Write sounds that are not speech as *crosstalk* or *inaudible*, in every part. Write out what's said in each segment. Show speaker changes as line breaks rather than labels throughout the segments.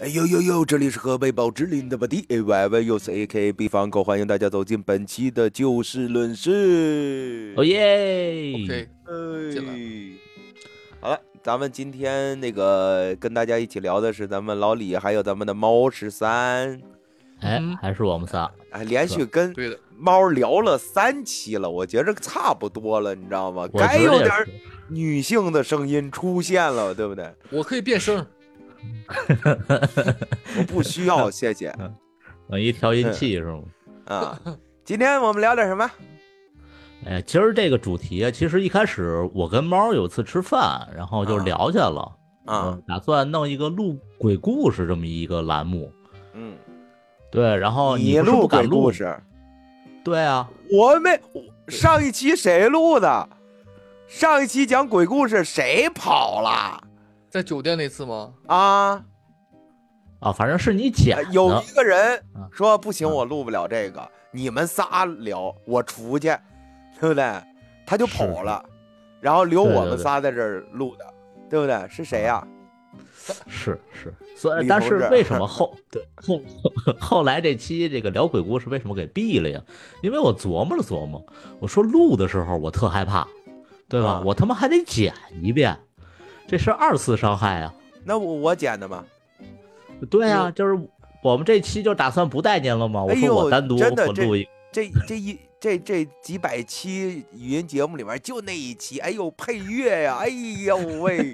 哎呦呦，这里是河北保之林的吧 D A Y Y，又是 A K B 方狗，欢迎大家走进本期的就事论事。
哦耶！
OK，进
嗯
来
哎好了，咱们今天那个跟大家一起聊的是咱们老李，还有咱们的猫十三，
哎
嗯，
还是我们仨。
哎，连续跟
对的，
猫聊了三期了，我觉着差不多了，你知道吗？
我
该
觉
有
得也
点
是，
女性的声音出现了，对不对？
我可以变声，
我不需要，谢
*laughs*
谢
我
嗯
一调音器是吗？
啊。今天我们聊点什么？
哎，今儿这个主题啊，其实一开始我跟猫有次吃饭，然后就
啊
聊去了，
啊，
嗯，打算弄一个录鬼故事这么一个栏目。
嗯，
对，然后
你
哦不是
录
不敢
鬼
录
故？事，
对啊，
我没我上一期谁录的？上一期讲鬼故事谁跑了
在酒店那次吗？
啊？
啊，反正是你剪
呃
的，
有一个人
啊
说不行，
啊
我录不了这个，你们仨聊，我出去，对不对？他就跑了，然后留
对
我
对啊
们
对
仨在这儿录的，对不对？是谁啊呀？
是是，所以
李
但
同
是
志
为什
*laughs*
么后对后 *laughs* 后来这期这个聊鬼故事为什么给毙了呀？因为我琢磨了琢磨，我说录的时候我特害怕，对吧？
啊
我他妈还得剪一遍，这是二次伤害啊！
那我我剪的吗？
对
哎
啊，
呦
就是我们这期就打算不带您了吗？我
哎
说
呦
我单独
真的
我
这
录一
这这一这这几百期语音节目里面，就那一期，哎呦配乐呀，哎呦
*laughs*
喂，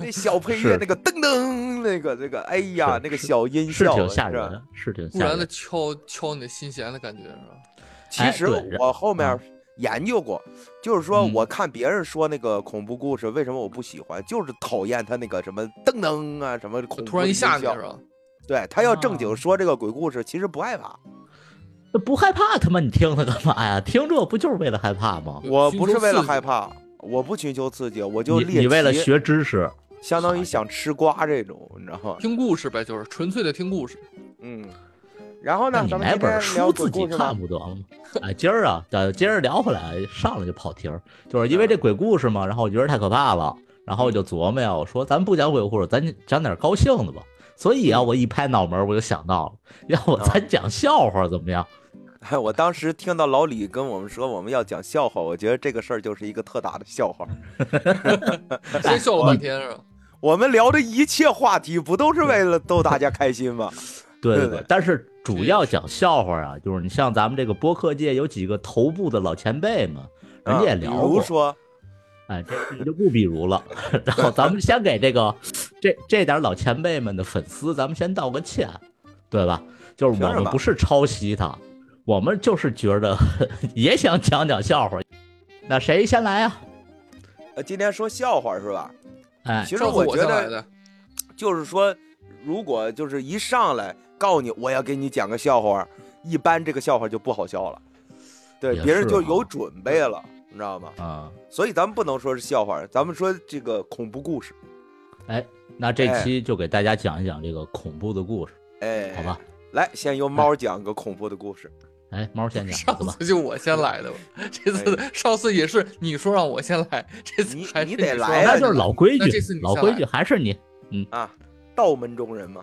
那小配乐
是
那个噔噔那个那个，哎呀
是
那个小音
是
效
挺吓
是吧
人，是挺
突
吓
然的
人。
敲敲你的心弦的感觉是吧？
其
哎
实
对然
我后面
嗯
研究过，就是说
嗯
我看别人说那个恐怖故事，为什么我不喜欢，就是讨厌他那个什么噔噔啊，什么恐怖
突然一下
音
你
效
是。吧？
对他要正经
啊
说这个鬼故事，其实不害怕，
那不害怕他妈你听它干嘛呀？听这不就是为了害怕吗？
对
我
寻
不是
求
为了
刺
害
激
怕，我不寻求刺激，我就
你
猎
你为了
奇
学知识，
相当于想吃瓜这种，你知道吗？
听故事呗，就是纯粹的听
*laughs*
故事。
嗯，然后
那
呢，
你
咱们
买
今天
本
聊鬼
书自己
故事吧
看。不得了吗？哎，今儿啊，咱今儿聊回来，上来就跑题儿，就是
嗯
因为这鬼故事嘛，然后我觉得太可怕了，然后我就琢磨呀，我说咱不讲鬼故事，咱讲点高兴的吧。所以啊，我一拍脑门儿，我就想到了，要不
嗯啊
咱讲笑话怎么样？
哎，我当时听到老李跟我们说我们要讲笑话，我觉得这个事儿就是一个特大的笑话。
嗯
先笑了半天是吧？
我们聊的一切话题不都是为了逗大家开心吗？
对
对对
对，但是主要讲笑话啊，就是你像咱们这个播客界有几个头部的老前辈们， *laughs* 人家也
啊
聊
比如
过，
说，
哎，这这就不比如了。 *laughs* 然后咱们先给这个这这点老前辈们的粉丝，咱们先道个歉，对吧？就是
凭
我
什
们
么
不是抄袭他，我们就是觉得 *laughs* 也想讲讲笑话。那谁先来啊？
呃，今天说笑话是吧？
哎，
其实
上次我
觉
先来
得
的，
就是说，如果就是一上来告你我要给你讲个笑话，一般这个笑话就不好笑了。对，
也
别人
是
就
啊
有准备了，你知道吗？
啊、
所以咱们不能说是笑话，咱们说这个恐怖故事。
那这
哎
期就给大家讲一讲这个恐怖的故事，
哎，
好吧？
来，先由猫讲个恐怖的故事。
哎，猫先讲，
上
好吧？
次就我先来的吧。
哎
这次上次也是你说让我先来，这次
你
还是
你
你
得
说
来
那
啊
就是老规
那这
矩，
次你
老
上
规
来
矩还是你。
啊，道门中人嘛。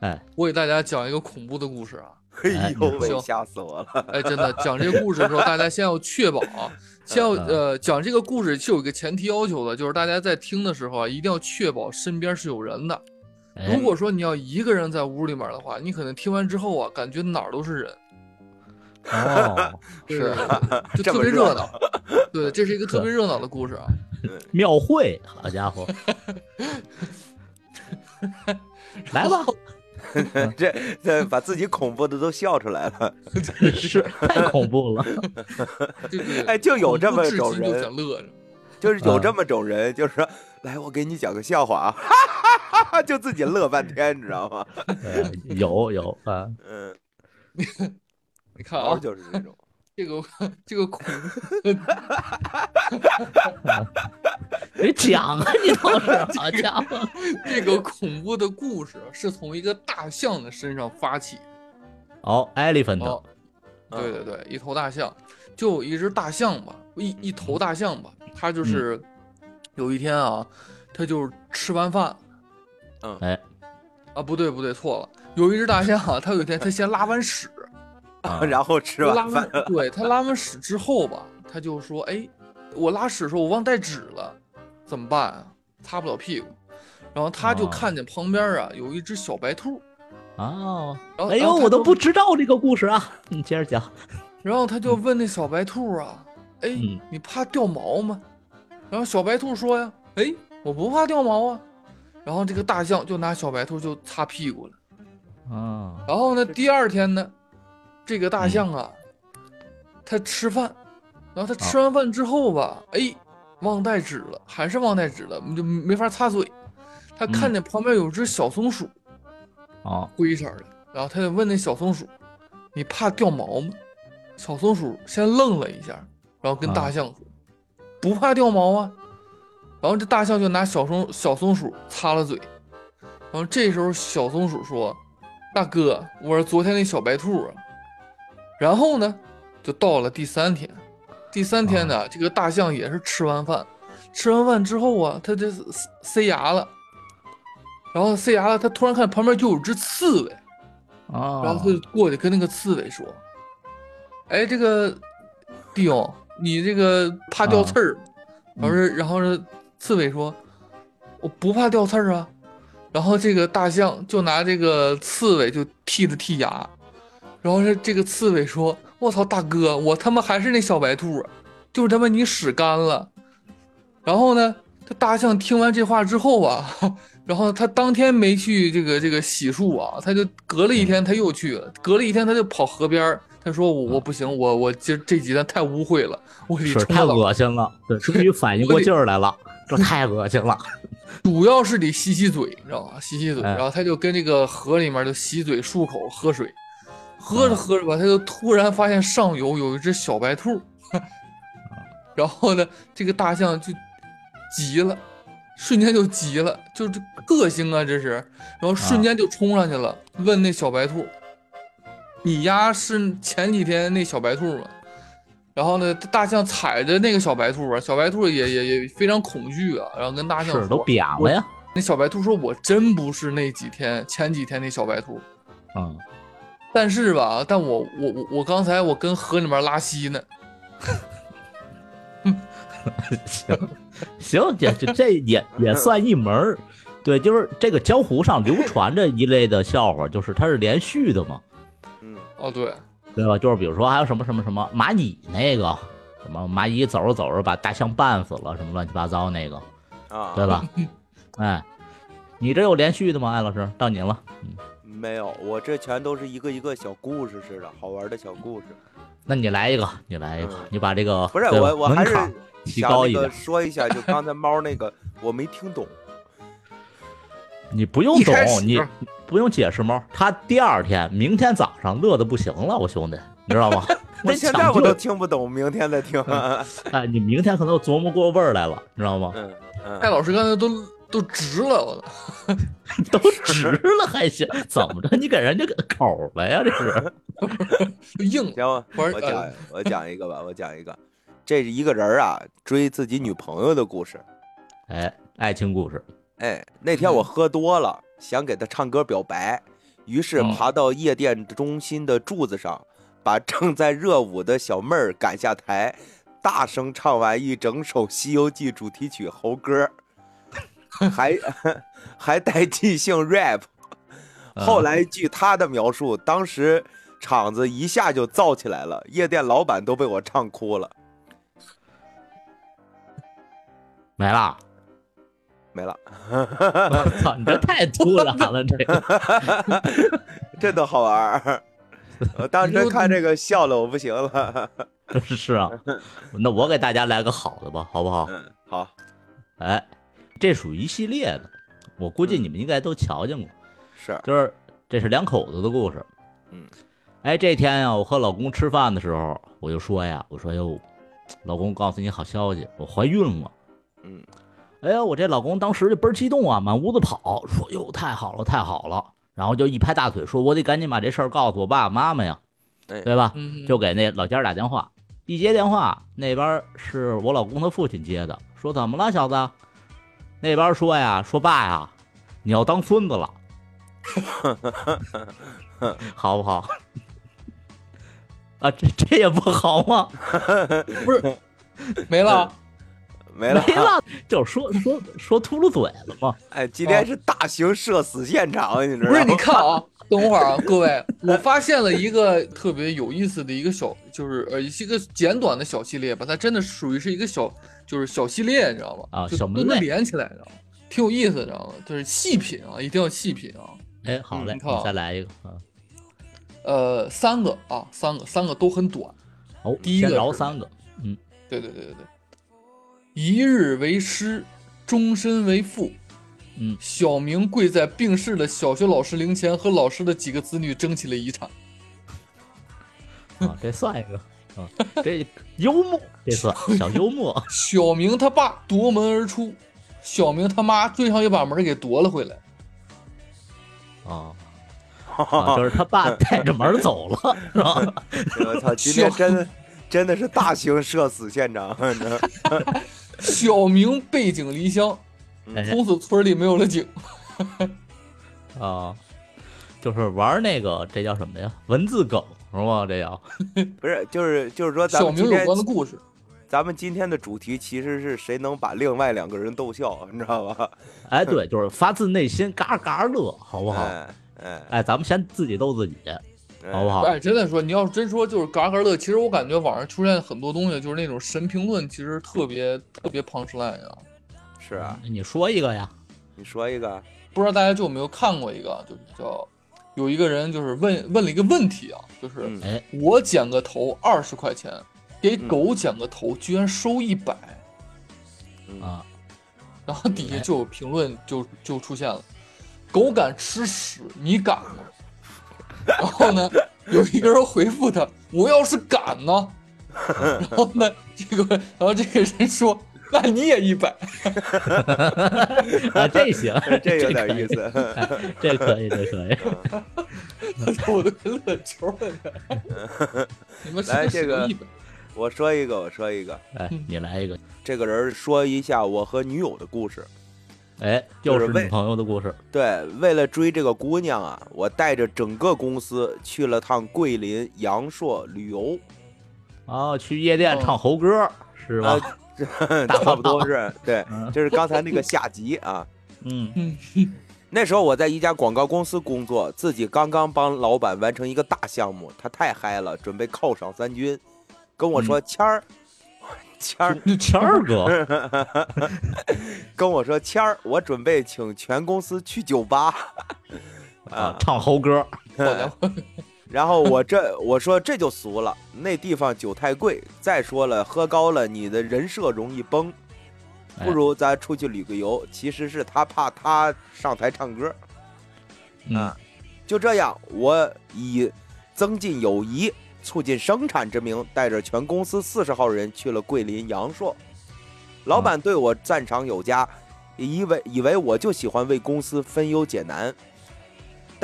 哎，
*laughs* 我给大家讲一个恐怖的故事啊！
哎呦
你
喂，
说
吓死我了！
哎，真的讲这个故事的时候，大家先要确保啊，先要
嗯
呃讲这个故事是有一个前提要求的，就是大家在听的时候啊，一定要确保身边是有人的。
哎
如果说你要一个人在屋里面的话，你可能听完之后啊，感觉哪儿都是人，
哦，
是
*laughs* 这
就特
么
别
热
热闹。对，这是一个特别热闹的
*laughs*
故事啊。
庙会，好家
*laughs*
伙！来吧，
这这把自己恐怖的都笑出来了。
*laughs* 是太恐怖了。
这个
哎，就有这么
恐
种
怖至今就
人，
想乐着。
就是有这么种人，就是说，来，我给你讲个笑话啊，哈哈哈哈， *laughs* 就自己乐半天，你知道吗？
*laughs* 呃有有啊，
嗯，
你看
猫
啊，
哦就是这种。
这个这个恐 *laughs*
你讲啊，你倒是好家 *laughs* 伙！
这个恐怖的故事啊是从一个大象的身上发起。
哦
哦
，elephant，，
嗯
对对对，一头大象，就有一只大象吧，一一头大象吧，它就是
嗯
有一天啊，它就是吃完饭，
嗯
哎，
啊，不对不对，错了，有一只大象啊，它有一天它先拉完屎，
啊
*laughs* 然后吃
拉
完
完
饭，，
对它拉完屎之后吧，它就说，哎，我拉屎的时候我忘带纸了，怎么办啊？擦不了屁股，然后它就
啊
看见旁边啊有一只小白兔，
哦，
然后
哎
然
呦，
后它
我都
就
不知道这个故事啊，你接着讲。
然后他就问那小白兔啊：“哎
嗯，
你怕掉毛吗？”然后小白兔说呀：“哎，我不怕掉毛啊。”然后这个大象就拿小白兔就擦屁股了。
啊，
然后呢，第二天呢，这个大象啊，它吃饭，然后它吃完饭之后吧，哎，忘带纸了，还是忘带纸了，就没法擦嘴。它看见旁边有只小松鼠，
哦，
灰色儿的，然后它就问那小松鼠：“你怕掉毛吗？”小松鼠先愣了一下，然后跟大象说：“不怕掉毛啊。”然后这大象就拿小松小松鼠擦了嘴，然后这时候小松鼠说：“大哥，我是昨天那小白兔啊。”然后呢，就到了第三天，第三天呢，这个大象也是吃完饭，吃完饭之后啊，它就塞塞牙了，然后塞牙了，它突然看旁边就有只刺猬，
哦，
然后他就过去跟那个刺猬说：“哎，这个弟兄，你这个怕掉刺儿吗？”然后是，然后是刺猬说：“我不怕掉刺儿啊。”然后这个大象就拿这个刺猬就剔了剔牙，然后是这个刺猬说：“我操，大哥，我他妈还是那小白兔啊，就是他妈你屎干了。”然后呢，这大象听完这话之后啊， *laughs* 然后他当天没去这个这个洗漱啊，他就隔了一天他又去了，隔了一天他就跑河边儿，他说我我不行，我我这这几天太污秽了，我得
是
冲
太
个澡，
恶心了，对，终于反应过劲儿来了，这太恶心了。
主要是得洗洗嘴，你知道吧？洗洗嘴，
哎
然后他就跟这个河里面就洗嘴漱口喝水，喝
啊
着喝着吧，他就突然发现上游有一只小白兔， *laughs* 然后呢，这个大象就急了，瞬间就急了，就这个性啊，这是，然后瞬间就冲上去了，问那小白兔：“你丫是前几天那小白兔吗？”然后呢，大象踩着那个小白兔啊，小白兔也也也非常恐惧啊，然后跟大象
是都
说
扁了呀，
那小白兔说：“我真不是那几天前几天那小白兔，
嗯，
但是吧，但我我我我刚才我跟河里面拉稀呢。
行行，这这这
*laughs*
也也算一门儿，对，就是这个江湖上流传着一类的笑话，就是它是连续的嘛，
嗯，”
哦，对，
对吧？就是比如说还有什么什么什么蚂蚁那个，什么蚂蚁走着走着把大象绊死了，什么乱七八糟那个，
啊，
对吧？哎，你这有连续的吗？艾老师，到您了。嗯，
没有，我这全都是一个一个小故事似的，好玩的小故事。
那你来一个，你来一个，你把这个
嗯不是
对吧
我，我还
门
是
槛提
想
高一
那个
点。
说一下，就刚才猫那个， *laughs* 我没听
*laughs*
懂。
你不用
一
懂
开始，
你不用解释猫。他第二天，明天早上乐的不行了，我兄弟，你知
*laughs*
道吗？
那
我
现
抢
在我
救
都听不懂，明天再听。
哎，你明天可能琢磨过味儿来了，你知道吗？
*laughs*
*laughs*
嗯
艾
嗯，
老师刚才都都直了，我操！
都直了还行，怎么着？你给人家个口了呀？
*laughs*
这是
就硬了。
行，我
玩
我
呃
讲我讲一个吧，我讲一个，这是一个人儿啊追自己女朋友的故事。
哎，爱情故事
哎，那天我喝多了，想给她唱歌表白，于是
嗯
爬到夜店中心的柱子上，把正在热舞的小妹儿赶下台，大声唱完一整首《西游记》主题曲猴歌，还还带即兴 rap。
嗯
后来据他的描述，当时场子一下就燥起来了，夜店老板都被我唱哭了。
没
*laughs*
了。
没了，
我操，你这太突然了，这个。 *laughs*
这多好玩儿！我当时看这个笑的我不行了。
是
*laughs*
啊，那我给大家来个好的吧，好不好？
嗯，好，
哎，这属于一系列的，我估计你们应该都瞧见过。
是，
就是这是两口子的故事。
嗯，
哎，这天呀、我和老公吃饭的时候，我就说呀，我说哟，老公，告诉你好消息，我怀孕了。
嗯
哎呀，我这老公当时就倍儿激动啊，满屋子跑，说哟，太好了，太好了。然后就一拍大腿，说我得赶紧把这事儿告诉我爸爸妈妈呀，
哎
对吧？
嗯，
就给那老家打电话，一接电话，那边是我老公他父亲接的，说
*laughs*
怎么了，小子？那边说呀，说爸呀，你要当孙子了。好不好？啊，这这也不好吗？
没了，啊
没了。
没了，就说说说秃噜嘴了嘛。
*laughs* 哎，今天是大型社死现场，你知道
哦不
吗？
是？你看啊，等会儿啊，各位，我发现了一个特别有意思的一个小，就是呃，是一个简短的小系列吧，它真的属于是一个小，就是小系列，你知道吗？
啊
就
小门
都能
类
连起来，你知道吗？挺有意思，你知道吗？就是细品啊，一定要细品啊。
哎，好嘞，
嗯你看啊
你再来一个啊。
呃，三个啊，三个，三个都很短。
哦，
第一个
先饶
是
三个，嗯，
对对对对对，一日为师，终身为父。
嗯
小明跪在病逝的小学老师灵前，和老师的几个子女争起了遗产。
啊，这算一个，啊，这幽默，这算小幽默，
小明他爸夺门而出，小明他妈追上去把门给夺了回来。
啊，
*laughs*
啊就是他爸带着门儿走了，是吧？
我操，今天真真的是大型社死现场， *laughs* 你知道吗
小明背井离乡，
哎
从此村里没有了井。
啊，就是玩那个，这叫什么呀？文字梗是吧？这叫
不是？就是就是说，咱
小
们
明
今
有
天
关的故事，
咱们今天的主题其实是谁能把另外两个人逗笑，你知道吧？ *laughs*
哎，对，就是发自内心嘎嘎乐，好不好？
哎哎，
哎，咱们先自己逗自己，
哎
好不？好？
哎，真的说，你要是真说就是嘎嘎乐，其实我感觉网上出现很多东西，就是那种神评论，其实特别特别 punch line 啊。
是啊，
你说一个呀？
你说一个，
不知道大家就有没有看过一个，就是叫有一个人就是问问了一个问题啊，就是
嗯
哎，
我剪个头二十块钱，给狗剪个头居然收一百，
嗯，，
啊，
然后底下就有评论就就出现了，狗敢吃屎，你敢吗？ *laughs* 然后呢，有一个人回复他，我要是敢呢， *laughs* 然后呢，这个然后这个人说，那你也一百， *laughs*
啊，这行
这有点意思。
思，这可以，这可以。
我都给乐抽了，
*laughs*
你们
来
吃屎
这个
一百，
*laughs*
*laughs*
我说一个，我说一个，
哎，你来一个。
这个人说一下我和女友的故事。
哎，
就
又
是
是
为
女朋友的故事。
对，为了追这个姑娘啊，我带着整个公司去了趟桂林、阳朔旅游，
哦，去夜店唱猴歌、是吧？
啊
*laughs*
*laughs* 差不多是对，就是刚才那个下集啊。
嗯
嗯。
那时候我在一家广告公司工作，自己刚刚帮老板完成一个大项目，他太嗨了，准备犒赏三军，跟我
嗯
说谦
*laughs*
儿，谦儿
那谦
*laughs*
儿哥
跟我说谦儿，我准备请全公司去酒吧， *laughs*
啊，唱猴歌，
我来
然后我这我说这就俗了，那地方酒太贵，再说了喝高了你的人设容易崩，
哎
不如咱出去旅个游。其实是他怕他上台唱歌，
嗯
啊，就这样，我以增进友谊、促进生产之名，带着全公司四十号人去了桂林阳朔。老
嗯
板对我赞赏有加，以为以为我就喜欢为公司分忧解难。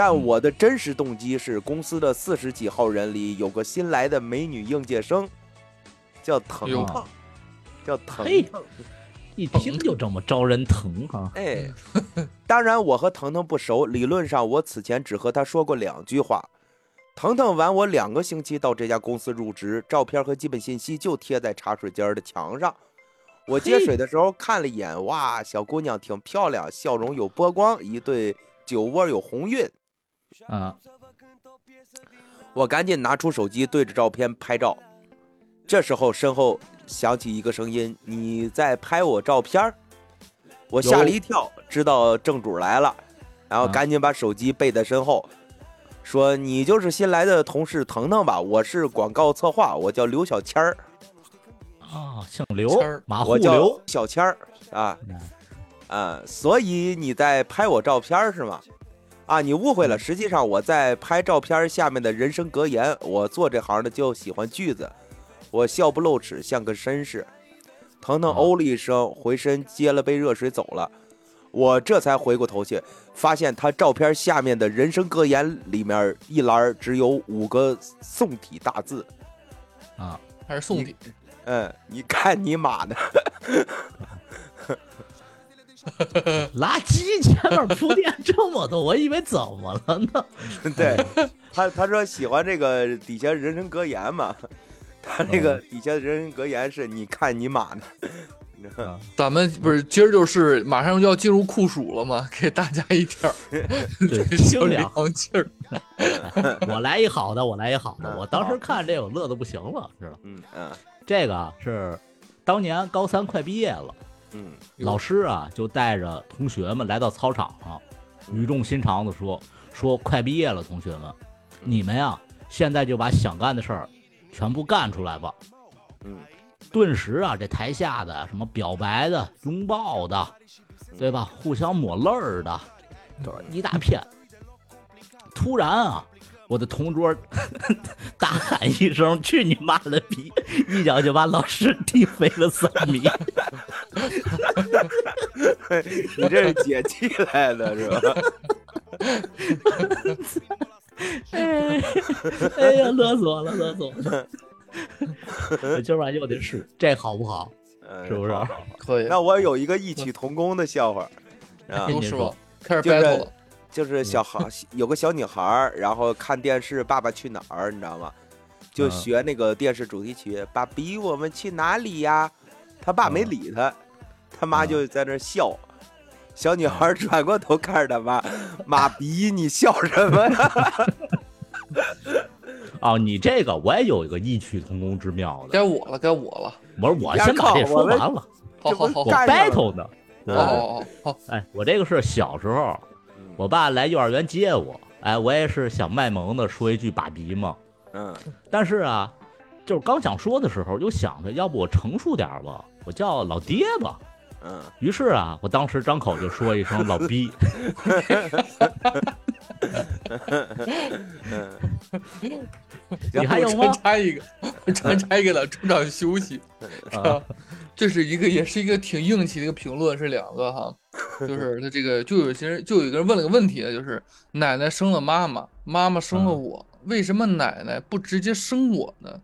但
嗯
我的真实动机是，公司的四十几号人里有个新来的美女应届生，叫
哎呦
腾腾，叫腾
嘿
腾。
一听就这么招人疼啊。
哎，当然我和腾腾不熟，理论上我此前只和他说过两句话。腾腾晚我两个星期到这家公司入职，照片和基本信息就贴在茶水间的墙上。我接
嘿
水的时候看了一眼，哇，小姑娘挺漂亮，笑容有波光，一对酒窝有红晕。
啊，
我赶紧拿出手机对着照片拍照。这时候身后响起一个声音：“你在拍我照片儿？”我吓了一跳，知道正主来了，然后
啊
赶紧把手机背在身后，说：“你就是新来的同事腾腾吧？我是广告策划，我叫刘小谦儿，
啊，姓刘
谦儿，
马户
我叫
刘。
小谦儿啊
嗯
啊，所以你在拍我照片儿是吗？”啊，你误会
嗯
了，实际上我在拍照片儿下面的人生格言，我做这行的就喜欢句子，我笑不露齿，像个绅士。腾腾
啊
哦了一声，回身接了杯热水走了。我这才回过头去，发现他照片下面的人生格言里面一栏儿只有五个宋体大字。
啊，
还是宋体，
嗯，你看你妈的！
垃圾前面铺垫这么多，我以为怎么了呢？
对他他说喜欢这个底下人人格言嘛，他那个底下人人格言是你看你妈呢，
咱们不是今儿就是马上要进入酷暑了嘛，给大家一点儿
*laughs*
*laughs*
对，
清
清凉。
凉气儿。
我来一好的，我来一好的。
嗯
我当时看这我乐的不行了，知道吗
嗯嗯
这个啊是当年高三快毕业了，
嗯，
嗯
老师啊就带着同学们来到操场上，语重心长的说：“说快毕业了，同学们，你们呀现在就把想干的事儿全部干出来吧。”
嗯，
顿时啊，这台下的什么表白的、拥抱的，对吧？互相抹泪儿的，都是一大片。突然啊，我的同桌 *laughs* 大喊一声：“去你妈了逼！”一脚就把老师踢飞了三米。
你这是解气来的是吧？
哎 *laughs* 哎呀，乐死我了，乐死我了！我今儿晚上又得试，这好不好？
嗯，
是不是？
可以，
那我有一个异曲同工的笑话，啊，
哎都是吧
说？
开始
就是
battle 了，
嗯
就是小孩儿有个小女孩儿，然后看电视《爸爸去哪儿》，你知道吗？就
嗯
学那个电视主题曲“爸比我们去哪里呀”，他爸没
嗯
理他，他妈
嗯
就在那儿笑。小女孩儿转过头看着他妈，妈逼你笑什么
*laughs*
呀？
哦，你这个我也有一个异曲同工之妙的。
该我了，该我了。
我说我先把这说完了，
这
好
不
好
是
好
我
好
干上了
battle 呢。
好
嗯
好好好，
哎，我这个是小时候，
嗯
我爸来幼儿园接我，哎，我也是想卖萌的说一句“爸比”嘛。
嗯
但是啊，就是刚想说的时候，又想着要不我成熟点儿吧，我叫老爹吧。
嗯，
于是啊，我当时张口就说一声“老逼你还有吗
穿插一个， *laughs* 穿插一 *laughs* 个了，中场休息。”，
啊，
这是一个，也是一个挺硬气的一个评论，是两个 *laughs* 哈，就是他这个，就有些人就有一个人问了个问题，啊就是奶奶生了妈妈，妈妈生了我，为什么奶奶不直接生我呢？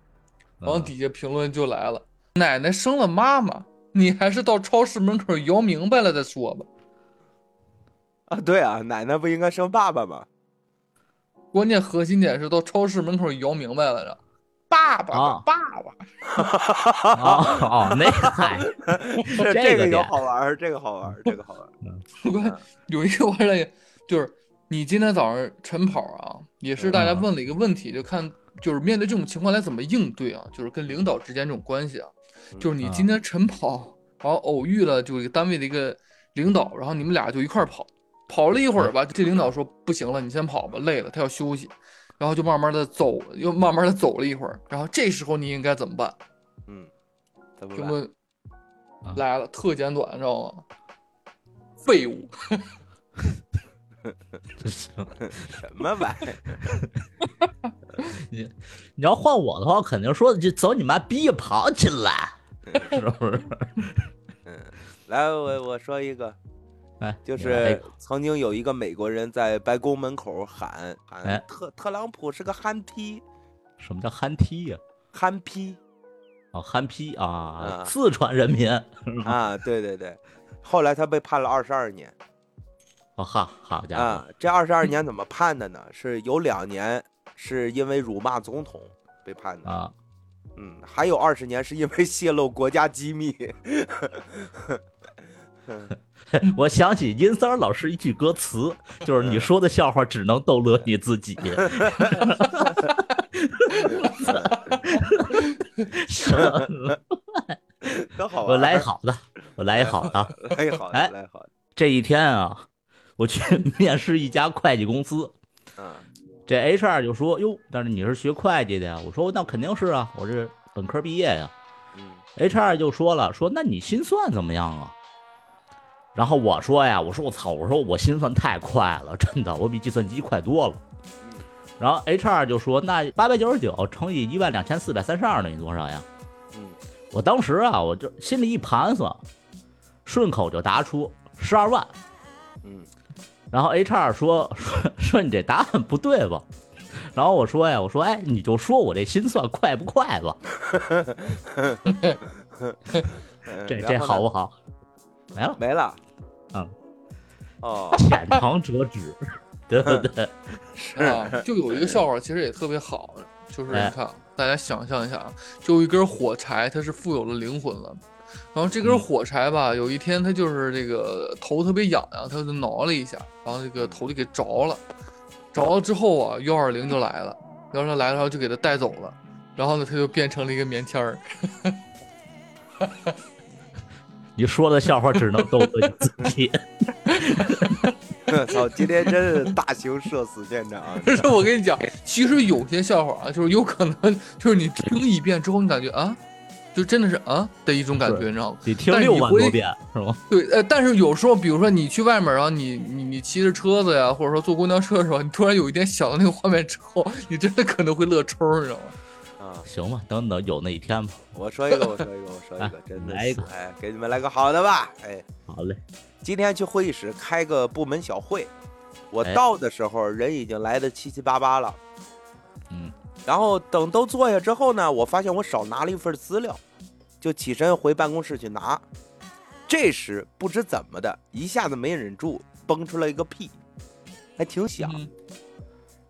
然后
嗯
底下评论就来了，奶奶生了妈妈，你还是到超市门口摇明白了再说吧。
啊，对啊，奶奶不应该生爸爸吗？
关键核心点是到超市门口摇明白了，爸爸，
啊
爸爸，
哦哦，那个嗨，
这
哦这
这
个
个有
点
好玩儿，这个好玩儿，这个好玩儿。
我关键有一个我还让你，就是你今天早上晨跑啊，也是大家
嗯
问了一个问题，就看就是面对这种情况该怎么应对啊，就是跟领导之间这种关系啊，
嗯
就是你今天晨跑，然后偶遇了就一个单位的一个领导，然后你们俩就一块儿跑，跑了一会儿吧，这领导说不行了，你先跑吧，累了，他要休息，然后就慢慢的走，又慢慢的走了一会儿，然后这时候你应该怎么办？
嗯，怎么
评
办？
论
啊
来了，特简短，你知道吗？废物。
这行。
什么玩意儿？
你要换我的话，我肯定说就走你妈逼，跑起来，是不是？
嗯来，我我说一个，
哎，
就
你来一
是
个
曾经有一个美国人在白宫门口喊喊
哎
特特朗普是个憨批，
什么叫憨踢呀？
憨批
啊，憨批啊
啊，
四川人民，
啊，对对对。后来他被判了二十二年
哦哈，好家伙，
啊，这二十二年怎么判的呢？是有两年是因为辱骂总统被判的，
啊， *laughs*
嗯，还有二十年是因为泄露国家机密。
我想起殷三儿老师一句歌词，就是你说的笑话只能逗乐你自己。是
可 *laughs* 好玩儿，
我来一好的，我来一好的啊。
来一好的，
哎
来一好的，
这一天啊，我去 *laughs* 面试一家会计公司，
嗯
这 HR 就说：“哟，但是你是学会计的呀？”我说：“那肯定是啊，我这本科毕业呀。
嗯
”HR 就说了：“说那你心算怎么样啊？”然后我说呀，我说我操，我说我心算太快了，真的，我比计算机快多了。然后 HR 就说：“那八百九十九乘以一万两千四百三十二等于多少呀
嗯，？”
我当时啊，我就心里一盘算，顺口就答出十二万。
嗯，
然后 HR 说说说你这答案不对吧？然后我说呀，我说哎，你就说我这心算快不快吧？
嗯
这
然后呢
这
嗯
好不好？没了
没了，
嗯，
哦，
浅尝辄止，对不对？
啊，就有一个笑话，其实也特别好，就是你
嗯哎
看，大家想象一下啊，就一根火柴，它是富有了灵魂了。然后这根
嗯
火柴吧，有一天它就是这个头特别痒啊痒，它就挠了一下，然后这个头就给着了。着了之后啊，幺二零就来了，幺二零来了然后就给它带走了。然后呢，它就变成了一个棉签儿。 *laughs*
你说的笑话只能逗乐你自己。
*laughs* 操！今天真是大型社死现场啊，
但是我跟你讲，其实有些笑话啊，就是有可能 *laughs* 就是你听一遍之后，你感觉啊，就真的是啊的一种感觉，
对
你知道吗？
你听
但是
六
你
万
回
多遍是吗？
对，呃，但是有时候，比如说你去外面啊，然后你你你骑着车子呀，或者说坐公交车的时候，你突然有一天想到那个画面之后，你真的可能会乐抽儿，你知道吗？
啊！
行吧，等等有那一天吧。
我说一个，我说一个，我说一个，真的
啊来一
是
个，
哎，给你们来个好的吧，哎，
好嘞，
今天去会议室开个部门小会，我
哎
到的时候人已经来的七七八八了，
嗯，
然后等都坐下之后呢，我发现我少拿了一份资料，就起身回办公室去拿。这时不知怎么的，一下子没忍住，蹦出了一个屁，还挺响。
嗯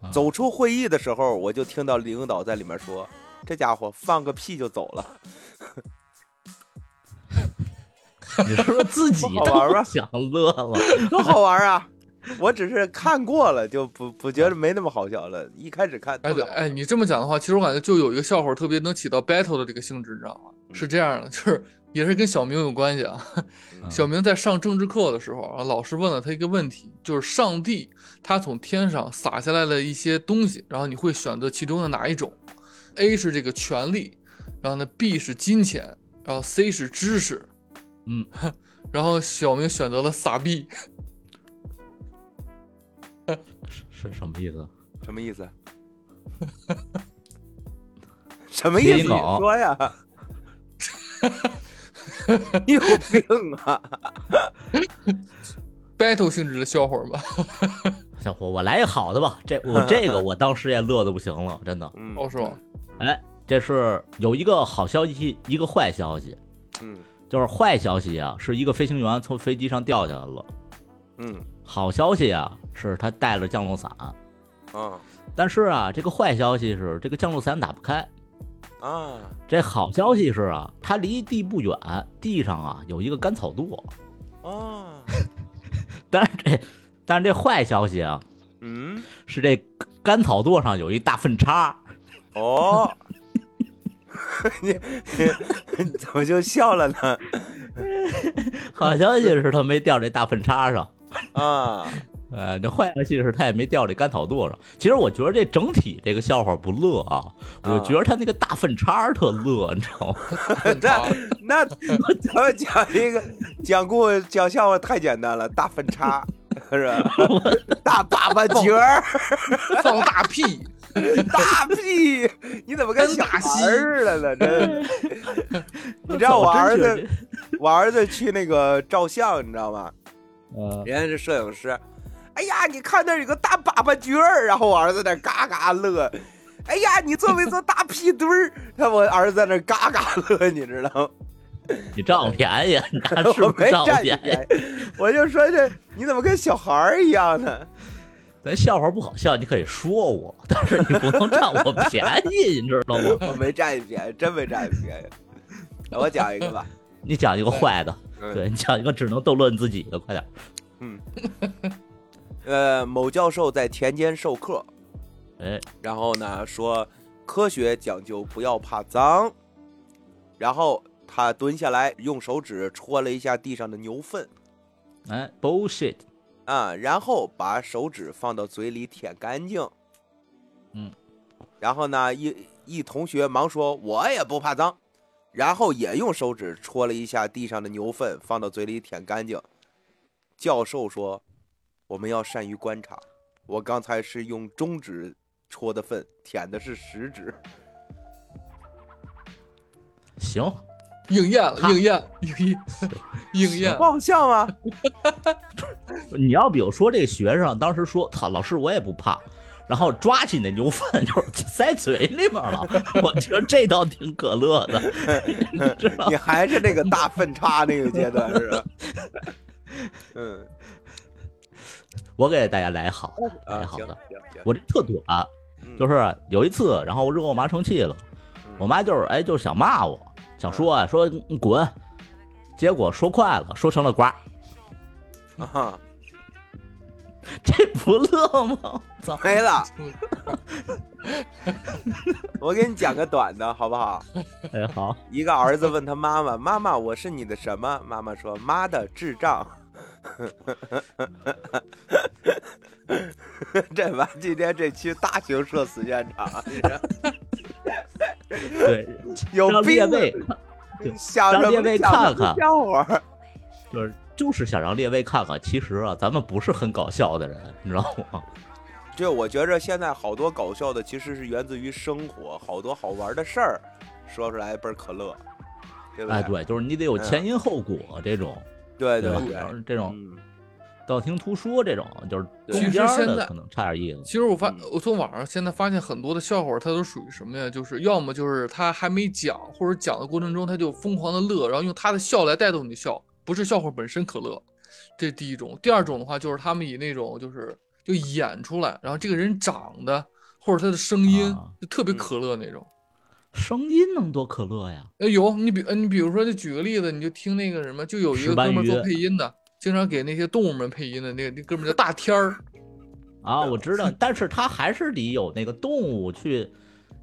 啊
走出会议的时候，我就听到领导在里面说：“这家伙放个屁就走
*laughs*
了。
你是不是自己
*laughs* 好玩吧啊
*laughs*
都想乐了？”
多好玩啊！我只是看过了，就不不觉得没那么好笑了。一开始看，
哎对，哎，你这么讲的话，其实我感觉就有一个笑话特别能起到 battle 的这个性质，你知道吗？是这样的，就是也是跟小明有关系啊。
嗯
*laughs* 小明在上政治课的时候啊，老师问了他一个问题，就是上帝他从天上撒下来了一些东西，然后你会选择其中的哪一种？A 是这个权利，然后呢 B 是金钱，然后 C 是知识，
嗯，
*laughs* 然后小明选择了撒币， *laughs*
是是什么意思？啊
什么意
*laughs*
思？什么意
谐
思？你
音梗
说
*laughs*
呀！你有病啊！
battle 性质的笑话吧。
小伙，我来一个好的吧。这我这个我当时也乐的不行了，真的。
嗯
哦，是
*laughs*
吗？
哎，这是有一个好消息，一个坏消息，
嗯
就是坏消息啊，是一个飞行员从飞机上掉下来了。
嗯
好消息啊，是他带了降落伞，
啊
但是啊，这个坏消息是这个降落伞打不开。
啊
这好消息是啊，他离地不远，地上啊有一个干草垛。
啊！
但是这，但是这坏消息啊，
嗯
是这干草垛上有一大粪叉。
哦， *laughs* 你 *laughs* 你怎么就笑了呢？
好消息是他没掉这大粪叉上，
啊，
呃，这坏消息是他也没掉这干草垛上。其实我觉得这整体这个笑话不乐啊，我觉得他那个大粪叉儿特乐，你知道吗？
很长
那咱们讲一个讲故讲笑话太简单了，大分叉是吧？大粑粑角儿。
放大屁，
大屁！你怎么跟小孩儿似的呢？真的，你知道我儿
真
子
是，
我儿子去那个照相，你知道吗？
呃，
人家是摄影师。哎呀，你看那儿有个大粑粑角儿，然后我儿子在那嘎嘎乐。哎呀，你做没做大屁墩儿？看我儿子在那嘎嘎乐，你知道吗？
你占我便宜，你看是
我
不
没
是占我
占你
便宜？
便宜，我就说这你怎么跟小孩儿一样呢？
咱笑话不好笑，你可以说我，但是你不能占我便宜，你知道吗？
我没占你便宜，真没占你便宜。那我讲一个吧，
你讲一个坏的，
嗯
对你讲一个只能逗乐你自己的，快点。
呃，某教授在田间授课，
哎，
然后呢说科学讲究不要怕脏，然后他蹲下来用手指戳了一下地上的牛粪
哎，bullshit，
啊，然后把手指放到嘴里舔干净。
嗯，
然后呢一一同学忙说我也不怕脏，然后也用手指戳了一下地上的牛粪，放到嘴里舔干净。教授说我们要善于观察，我刚才是用中指戳的粪，舔的是食指。
行，
应验了，
哈
应验了，应验，应验
不。好啊笑吗？
你要比如说这个学生当时说，操，老师我也不怕。然后抓起那牛粪就是塞嘴里面
*laughs*
了，我觉得这倒挺可 *laughs* 乐的，你知道
*laughs*
*laughs*
你还是那个大粪叉那个阶段是吧？嗯
我给大家来好的，来
啊，
好
行
的，
行行，
我这特短、
嗯
就是有一次，然后我惹我妈生气了，我妈就是哎就是想骂我，想说啊说你滚，结果说快了，说成了瓜，
啊哈
这不乐吗？ *laughs* 操！
没了。我给你讲个短的，好不好？
哎好，
一个儿子问他妈妈：“妈妈，我是你的什么？”妈妈说：“妈的智障。” *laughs* 这完，今天这期大型社死现场，
对，
有
让
病
列！位
想什
让列
么
位
想
看
什么
看
笑话？
就是就是想让列位看看，其实啊，咱们不是很搞笑的人，你知道吗？
就我觉着现在好多搞笑的其实是源自于生活，好多好玩的事儿说出来倍儿可乐，对不
哎，
对
对，就是你得
嗯
有前因后果这种，
对
吧？
对
然后这种
嗯，
道听途说这种，就是
对
中间
其实现
的
在
可能差点意思。
其实我发
嗯，
我从网上现在发现很多的笑话，它都属于什么呀？就是要么就是他还没讲，或者讲的过程中他就疯狂的乐，然后用他的笑来带动你的笑，不是笑话本身可乐，这是第一种。第二种的话就是他们以那种就是就演出来，然后这个人长得或者他的声音
啊
就特别
嗯
可乐那种。
声音能多可乐呀？
呃，有你比呃，你比如说，就举个例子，你就听那个什么，就有一
石
个哥
斑
们儿做
鱼
配音的，经常给那些动物们配音的，那个那哥们儿叫大天儿，
啊，我知道，但是他还是得有那个动物去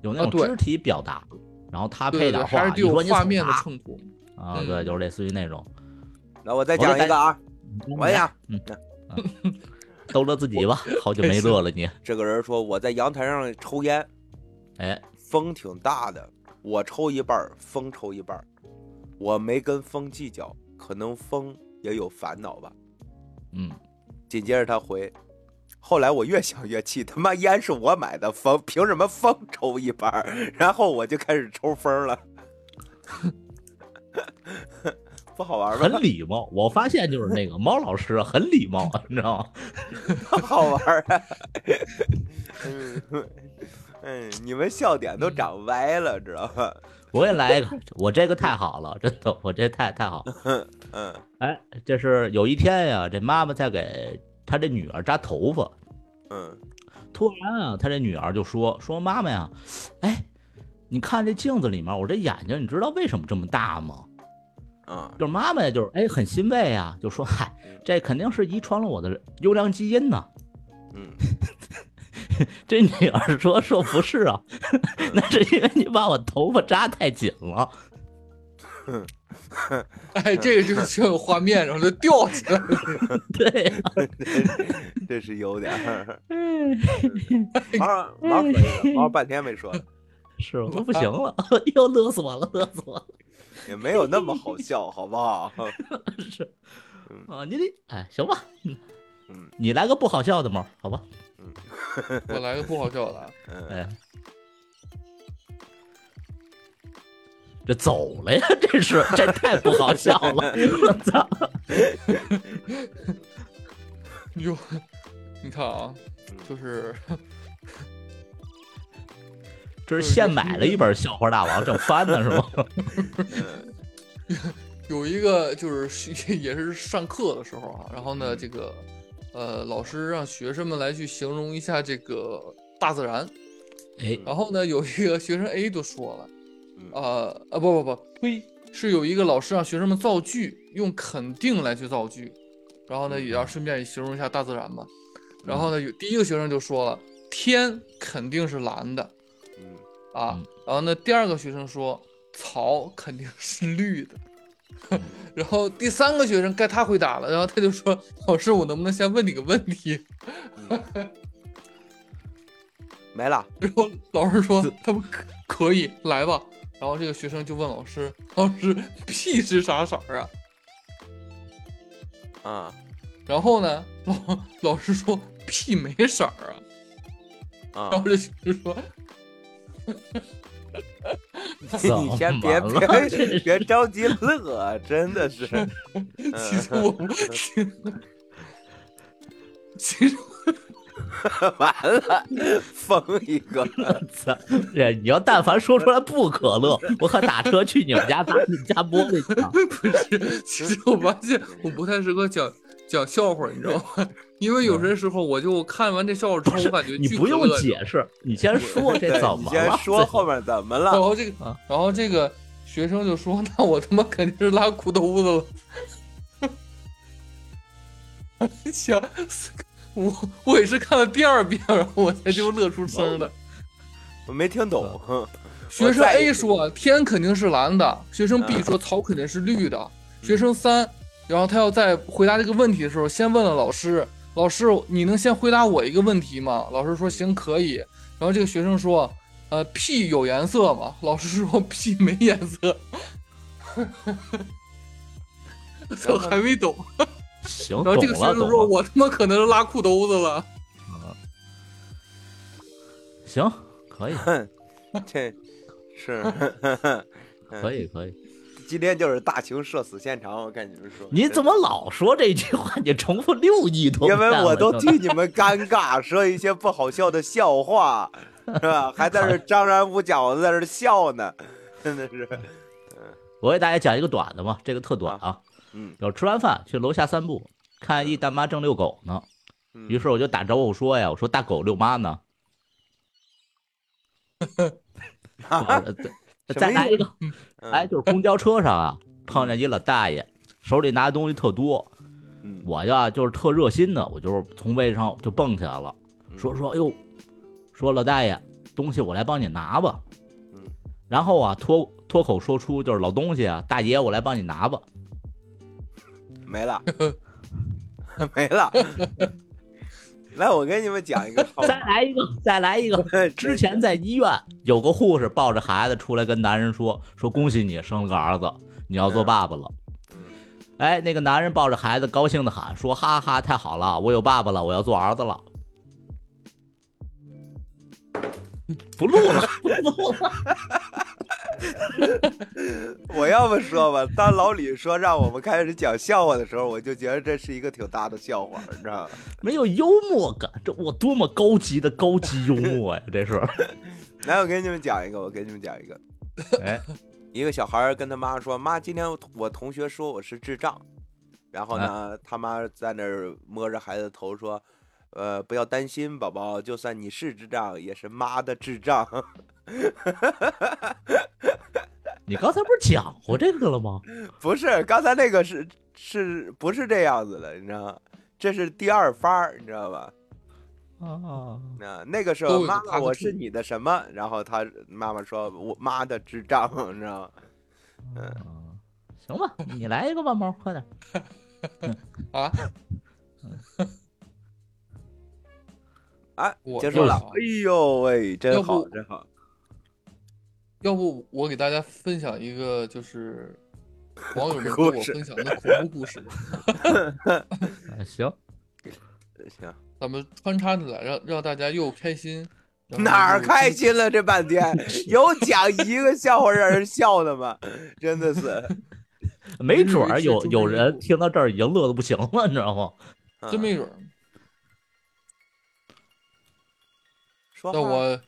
有那
啊
种
对
肢体表达，然后他配
对对对，
点
还
话，
是
你
得有
说你
画
怎么
面的
答
衬托。
啊，对，
嗯
就是类似于那种。
那我再讲一个啊，我
也
讲。
嗯
逗乐自己吧，好
*laughs*
久没乐了你。
这个人说我在阳台上抽烟，
哎，
风挺大的，我抽一半儿，风抽一半儿，我没跟风计较，可能风也有烦恼吧。
嗯，
紧接着他回，后来我越想越气，他妈烟是我买的，风凭什么风抽一半儿？然后我就开始抽风了，不好玩
很
吧？
礼貌。我发现就是那个猫老师啊很礼貌，你知道吗？
不好玩儿啊！嗯嗯，你们笑点都长歪了，知道吧？
我也来一个， *laughs* 我这个太好了，真的，我这太太好了。
嗯
哎，这是有一天呀、这妈妈在给她这女儿扎头发，
嗯
突然啊，她这女儿就说说妈妈呀，哎，你看这镜子里面，我这眼睛，你知道为什么这么大吗？
啊
就是妈妈呀，就是哎很欣慰啊，就说嗨，这肯定是遗传了我的优良基因呢。
嗯。
这女儿说说不是啊， *laughs* 那是因为你把我头发扎太紧了。
*laughs* 哎，这个就是挺有画面，然后就吊起 *laughs* 来了。
对呀、
这是有点
*laughs*
儿。
嗯，
毛儿毛儿可以了，毛儿半天没说了，
是我都不行了， *laughs* 又勒死我了，勒死我了。
也没有那么好笑，好不好？ *laughs*
是
嗯
啊，你得哎，行吧，
嗯
你来个不好笑的嘛，好吧？
我来个不好笑的啊，
嗯，
哎，这走了呀，这是这太不好笑
*laughs*
了，我操！
哟，你看啊，就
嗯
是
这是现买了一本《笑话大王》，正翻呢是吗？
嗯
有一个就是也是 *laughs* 上课的时候啊，然后呢，
嗯
这个呃老师让学生们来去形容一下这个大自然，
哎，
然后呢，有一个学生 A 就说了。
嗯
呃啊不不不，呸，是有一个老师让学生们造句，用肯定来去造句，然后呢
嗯
也要顺便也形容一下大自然嘛。然后呢，有第一个学生就说了，天肯定是蓝的
嗯
啊
嗯，
然后呢第二个学生说草肯定是绿的。 *laughs* 然后第三个学生该他回答了，然后他就说：“老师，我能不能先问你个问题 *laughs*
没了，？”
然后老师说：“他们可可以来吧。”然后这个学生就问老师：“老师，屁是啥色儿啊？”
啊
然后呢， *laughs* 老老师说屁没色儿啊，然
啊
后，这学生说
你先别
*laughs* 怎么了
别别着急乐，真的
*laughs*
是，
其实我们其实 *laughs* 其实
完了，疯一个，
操！这你要但凡说出来不可乐，我可打车去你们家砸你们家玻璃去啊！
不是，其实我发现我不太适合讲讲笑话，你知道吗？ *laughs* 因为有些时候我就看完这笑话之后，我感觉
你
巨
嗯不用
可乐
解释，你先说这
对
怎
你
么
先
了？
说后面怎么
然
了？
后这个
啊，
然后这个学生就说：“那我他妈肯定是拉裤兜子 *laughs* 了。”想，我我也是看了第二遍，然后我才就乐出声儿的。
我没听懂。哼
嗯
学生
再一
A 说天肯定是蓝的，学生 B
嗯
说草肯定是绿的，学生三，然后他要在回答这个问题的时候，先问了老师，老师你能先回答我一个问题吗？老师说行可以，然后这个学生说，呃 P 有颜色吗？老师说 P 没颜
*laughs*
色，我还没懂，
行，
然
懂
后这个学
了，
生说
懂了。
我他妈可能是拉裤兜子了，
行，可以，
这是
可以，可以。
今天就是大型社死现场，我跟你们说。
你怎么老说这句话？你重复六亿
*laughs*
多 *laughs*
因
遍了，
为我都
兄弟
替你们尴尬，说一些不好笑的笑话，
*laughs*
是吧？还在这张牙舞爪我在这笑呢， *laughs* 真的是。
我给大家讲一个短的嘛，这个特短啊。
嗯
有吃完饭去楼下散步，看一大妈正遛狗呢，
嗯
于是我就打招呼说呀，我说大狗遛妈呢。
啊 *laughs*
再再来一个，
嗯
哎，就是公交车上啊，碰见一老大爷，手里拿的东西特多，
嗯
我呀就是特热心的，我就是从位置上就蹦起来了，
嗯
说说，哎呦，说老大爷，东西我来帮你拿吧
嗯。
然后啊，脱脱口说出就是老东西啊，大爷，我来帮你拿吧。
没
*laughs*
了，没了。 *laughs* 来，我给你们讲一个好
再来一个，再来一 *laughs* 个。
*laughs*
之前在医院有个护士抱着孩子出来跟男人说：“说恭喜你生了个儿子，你要做爸爸了。”哎，那个男人抱着孩子高兴的喊说：“哈哈，太好了，我有爸爸了，我要做儿子了。”不录了， *laughs* 不录了。
我要不说吧，当老李说让我们开始讲笑话的时候，我就觉得这是一个挺大的笑话，你知道吗？
没有幽默感，这我多么高级的高级幽默 *laughs* 呀！这是，
来，我给你们讲一个，我给你们讲一个。
哎，
一个小孩儿跟他妈说：“妈，今天我同我同学说我是智障。”然后
啊
呢，他妈在那儿摸着孩子头说：“呃，不要担心，宝宝，就算你是智障，也是妈的智障。 *laughs*
你刚才不是讲过这个了吗？
不是，刚才那个是是不是这样子的？你知道吗？这是第二番儿，你知道吧？
啊，
那那个时
都
候，
有
妈
他
妈，
的
我是
智
你的什么？然后他妈妈说：我妈的智障，你知道吗？
嗯，行吧，你来一个吧，毛，快点。
啊，
啊
我，
结束了
要。不
哎呦喂，真
要不
好，真好。
要不我给大家分享一个就是网友们给
鬼
我
故事
分享的恐怖故事。
啊行，
呃行，
咱们穿插着来，让让大家又开心。然
*laughs*
后
哪儿
又
开？心了？这半天有讲一个笑话让人笑的吗？真的是，
没准儿
是
有
中
有
间
人
有
听到这儿已经乐得不行了，你知道吗？
嗯
真没准儿。
说话。
那我，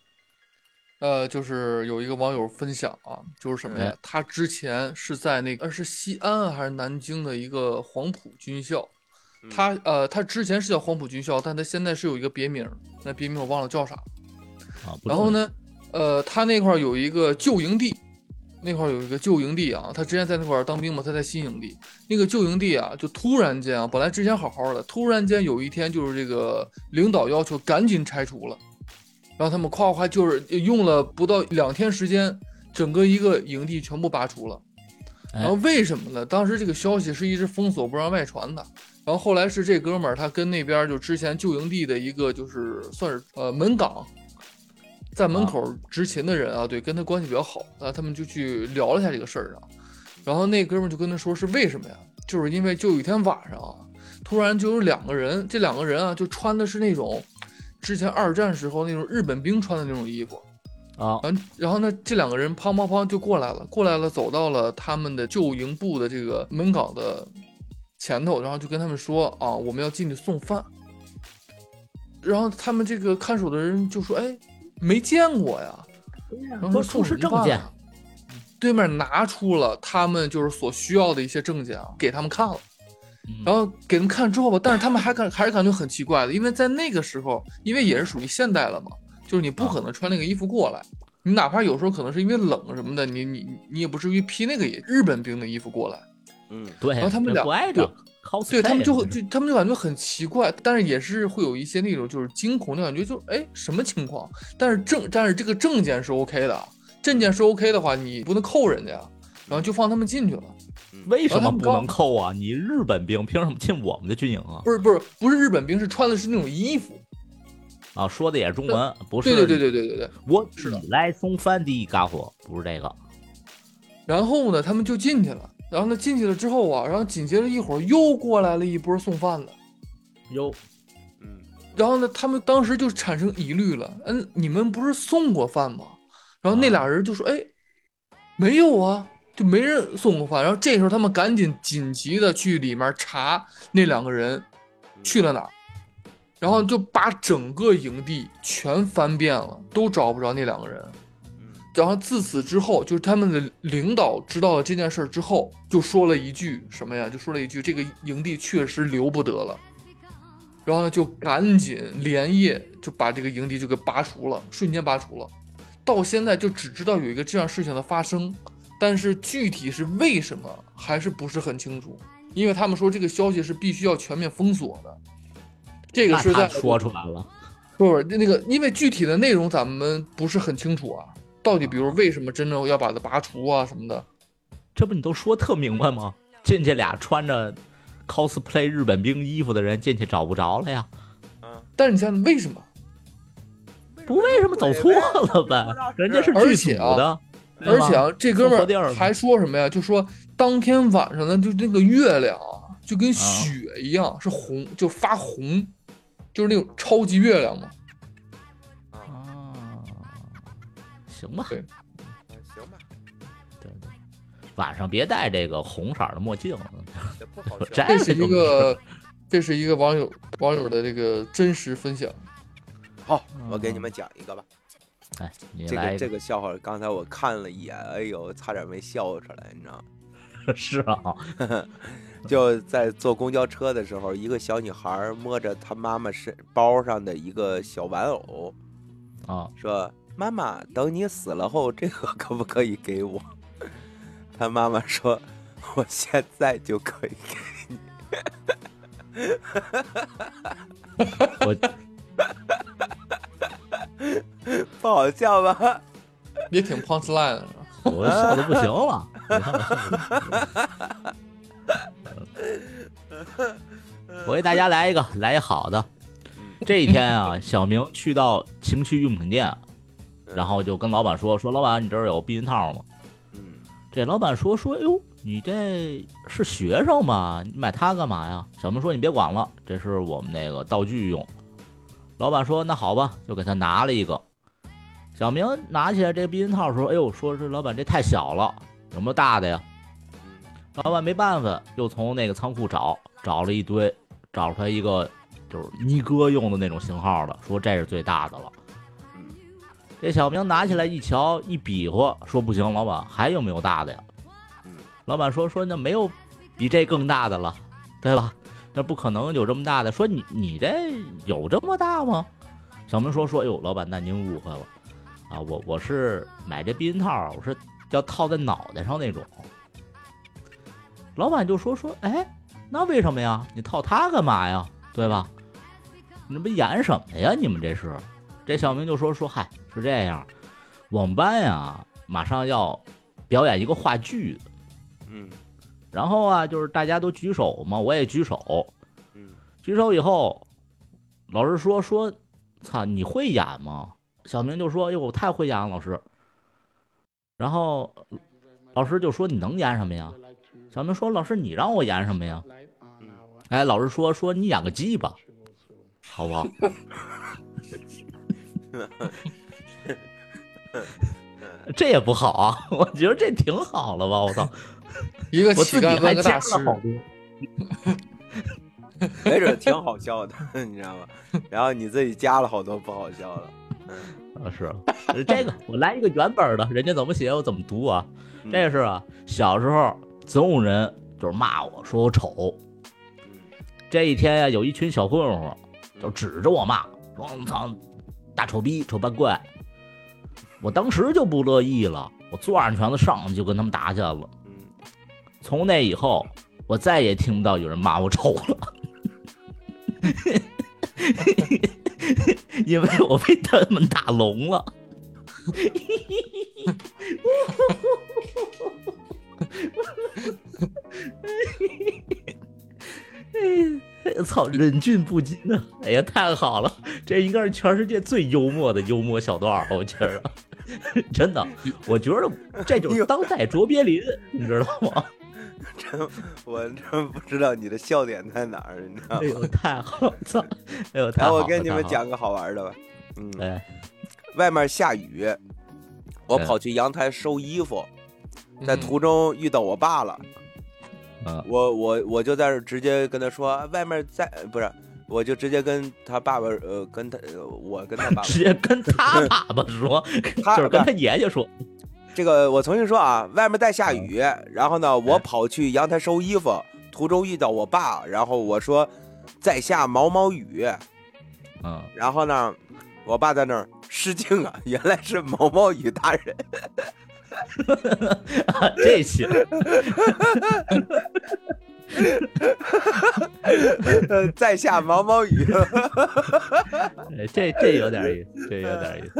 呃，就是有一个网友分享啊，就是什么呀
哎？
他之前是在那个呃是西安还是南京的一个黄埔军校，
嗯
他呃他之前是叫黄埔军校，但他现在是有一个别名儿，那别名我忘了叫啥了。
啊，不
然后
重要？
呢，呃，他那块儿有一个旧营地，那块儿有一个旧营地啊，他之前在那块儿当兵嘛，他在新营地。那个旧营地啊，就突然间啊，本来之前好好的，突然间有一天就是这个领导要求赶紧拆除了，然后他们夸夸就是用了不到两天时间，整个一个营地全部拔除了。然后为什么呢？当时这个消息是一直封锁不让外传的。然后后来是这哥们儿他跟那边儿就之前旧营地的一个就是算是呃门岗，在门口执勤的人啊，对，跟他关系比较好啊，他们就去聊了一下这个事儿啊。然后那哥们儿就跟他说是为什么呀？就是因为就有一天晚上啊，突然就有两个人，这两个人啊就穿的是那种之前二战时候那种日本兵穿的那种衣服，
啊，
完，然后呢，这两个人砰砰砰就过来了，过来了，走到了他们的旧营部的这个门岗的前头，然后就跟他们说啊，我们要进去送饭。然后他们这个看守的人就说：“哎，没见过呀。”然
说
后说
出
送
示
什
证
么饭
件
啊。对面拿出了他们就是所需要的一些证件啊，给他们看了。
嗯
然后给他们看之后吧，但是他们还感还是感觉很奇怪的，因为在那个时候，因为也是属于现代了嘛，就是你不可能穿那个衣服过来，你哪怕有时候可能是因为冷什么的，你你你也不至于披那个日本兵的衣服过来。
嗯，
对，
然后他们
这
俩
不挨
对
着 cos，
对他们就会就他们就感觉很奇怪，但是也是会有一些那种就是惊恐的感觉，就是哎什么情况？但是证但是这个证件是 OK 的啊，证件是 OK 的话，你不能扣人家呀，然后就放他们进去了。
为什
然后
么
他们
不
高
能扣啊？你日本兵凭什么进我们的军营啊？
不是不是不是日本兵，是穿的是那种衣服。
啊，说的也是中文，不是
对对对对对对对。
我
是的
你来松翻的一家伙，不是这个。
然后呢，他们就进去了。然后呢，进去了之后啊，然后紧接着一会儿又过来了一波送饭的。
哟，
嗯
然后呢，他们当时就产生疑虑了，嗯，你们不是送过饭吗？然后那俩人就说，哎，没有啊，就没人送过饭。然后这时候他们赶紧紧急的去里面查那两个人
嗯
去了哪儿，然后就把整个营地全翻遍了，都找不着那两个人。
嗯
然后自此之后，就是他们的领导知道了这件事儿之后，就说了一句什么呀？就说了一句这个营地确实留不得了。然后呢，就赶紧连夜就把这个营地就给拔除了，瞬间拔除了。到现在就只知道有一个这样事情的发生，但是具体是为什么还是不是很清楚，因为他们说这个消息是必须要全面封锁的。这个
那
是
他
在
说出来了，
不是那个，因为具体的内容咱们不是很清楚啊，到底比如为什么真正要把它拔除啊什么的，
这不你都说特明白吗？进去俩穿着 cosplay 日本兵衣服的人进去找不着了呀，
嗯，
但是你想想为什么？
不为什么走错了
不知道
呗？
是
人家是剧组的，对
而
吧
且啊，这哥们
复活地儿
儿
嘛
还说什么呀？就说当天晚上呢，就那个月亮啊，就跟雪一样，是红，就发红，就是那种超级月亮嘛。
啊，
啊，行吧，
对
行吧，
对对，晚上别戴这个红色儿的墨镜了，
也不好学。
摘
这是
了
一
就
个，这是一个网友网友的这个真实分享。
好，我给你们讲一个吧。
哎，你
这
来
个
一
这个笑话，刚才我看了一眼，哎呦，差点没笑出来，你知道吗？
个 *laughs* 是啊，
就在坐公交车的时候，一个小女孩摸着她妈妈身包上的一个小玩偶，
啊，
说：“妈妈，等你死了后，这个可不可以给我？” *laughs* 她妈妈说：“我现在就可以给
我
你，不好笑吧
也挺 punch line 的。
我笑的不行了， *laughs* 你看我笑得不行了我给大家来一个，来一好的。这一天啊，小明去到情趣用品店， *laughs* 然后就跟老板说：“说老板，你这儿有避孕套吗？”？”
嗯
这老板说说，哟，你这是学生吧？你买它干嘛呀？小明说，你别管了，这是我们那个道具用。老板说，那好吧，就给他拿了一个。小明拿起来这避孕套说，哎呦，说这老板这太小了，有没有大的呀？老板没办法，又从那个仓库找，找了一堆，找出来一个就是尼哥用的那种型号的，说这是最大的了。
嗯
这小明拿起来一瞧，一比划，说不行，老板还有没有大的呀？
嗯
老板说说那没有比这更大的了，对吧？那不可能有这么大的。说你你这有这么大吗？小明说说，哎呦，老板，那您误会了啊，我我是买这避孕套，我是要套在脑袋上那种。老板就说说，哎，那为什么呀？你套它干嘛呀？对吧？你这不演什么呀？你们这是？这小明就说说，嗨，是这样，我们班呀，马上要表演一个话剧，
嗯
然后啊，就是大家都举手嘛，我也举手。
嗯
举手以后，老师说说，操，你会演吗？小明就说，哟，哎我太会演了，老师。然后老师就说，你能演什么呀？小明说，老师，你让我演什么呀？哎，老师说说你演个鸡吧，好不好？ *laughs* 这也不好啊，我觉得这挺好了吧？我操，
一个
我
乞
自己
丐问
还
个
加
大师嗯
了，好多。
没准挺好笑的， *laughs* 你知道吗？然后你自己加了好多不好笑的。
啊，是呃这个，我来一个原本儿的，人家怎么写我怎么读啊？
嗯
这个是啊，小时候总有人就是骂我说我丑，
嗯
这一天呀、啊有一群小混混儿就指着我骂，说我操，大丑逼，丑扮怪。我当时就不乐意了，我攥着拳头上去就跟他们打起来了。
嗯，
从那以后，我再也听不到有人骂我丑了， *laughs* 因为我被他们打聋了。哎操，忍俊不禁呐！哎呀，太好了，这应该是全世界最幽默的幽默小段儿了，我觉着，真的，我觉得这就是当代卓别林，你知道吗？
真我真不知道你的笑点在哪儿，你知道
*laughs*
吗？
哎
*laughs*
呦，太好了！操！哎呦，太
来，
好了！
我跟你们
太好了，
讲个好玩的吧。嗯，
哎，
外面下雨，我
嗯
跑去阳台收衣服，在
嗯
途中遇到我爸了。
嗯
我我我就在这儿直接跟他说，外面在呃不是，我就直接跟他爸爸呃跟他呃我跟他爸爸
*laughs* *laughs* 直接
*laughs*
跟他爸爸说，
他
*laughs* 就是跟他爷爷说，
这个我重新说啊，外面在下雨，然后呢我跑去阳台收衣服，途中遇到我爸，然后我说在下毛毛雨，
嗯，
然后呢我爸在那儿失敬啊，原来是毛毛雨大人，
*laughs* 这行，
呃 *laughs* 在下毛毛雨， *laughs*
哎这这有点意思，这有点意
*laughs*
思。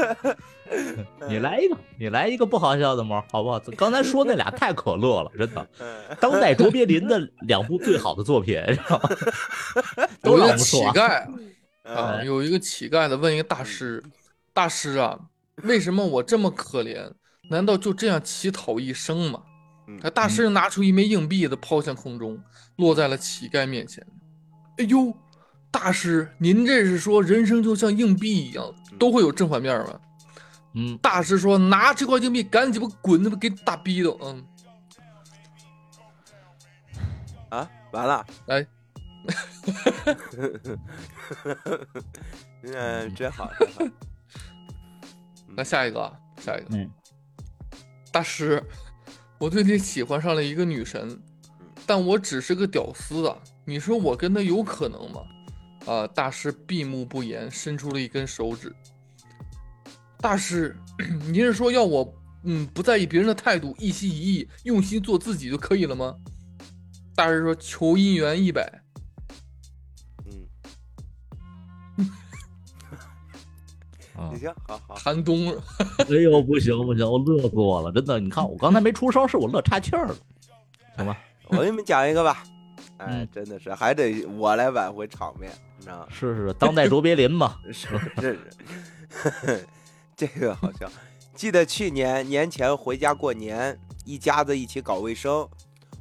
你来一个，你来一个不好笑的猫，好不好？刚才说那俩太可乐了，真
*laughs*
的，
嗯
当代卓别林的两部最好的作品， *laughs* 知道吗？都
有一
老
个
不
乞
错啊， *laughs*
丐
嗯
啊，有一个乞丐的问一个大师：“大师啊，为什么我这么可怜？难道就这样乞讨一生吗
嗯？”
哎，大师拿出一枚硬币的抛向空中，落在了乞丐面前。哎呦，大师，您这是说人生就像硬币一样，
嗯
都会有正反面吗？
嗯，
大师说：“拿这块硬币，赶紧给我滚，他妈给大逼的！”嗯，
啊完了，
来，
*laughs* 嗯真好，真好
那下一个，啊，下一个，
嗯
大师，我对你喜欢上了一个女神，但我只是个屌丝啊！你说我跟她有可能吗？啊！大师闭目不言，伸出了一根手指。大师，您是说要我嗯不在意别人的态度，一心一意，用心做自己就可以了吗？大师说：“求姻缘一百。”
嗯
嗯 *laughs*
你行，好好。
寒冬了， *laughs*
哎呦，不行不行，我乐死我了，真的！你看我刚才没出声，是我乐岔气儿了，行吧？
我给你们讲一个吧，哎
嗯，
真的是还得我来挽回场面，你知道吗？
是是，当代卓别林嘛，
是是是， *laughs* 这个好笑。记得去年年前回家过年，一家子一起搞卫生，